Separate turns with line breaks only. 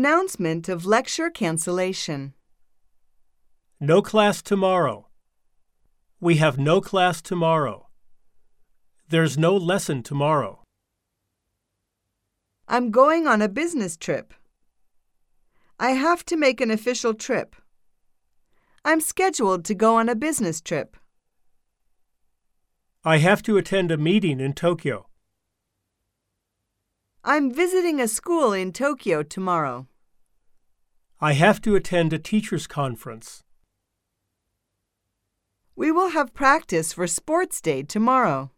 Announcement of lecture cancellation.
No class tomorrow. We have no class tomorrow. There's no lesson tomorrow.
I'm going on a business trip. I have to make an official trip. I'm scheduled to go on a business trip.
I have to attend a meeting in Tokyo.
I'm visiting a school in Tokyo tomorrow.
I have to attend a teacher's conference.
We will have practice for sports day tomorrow.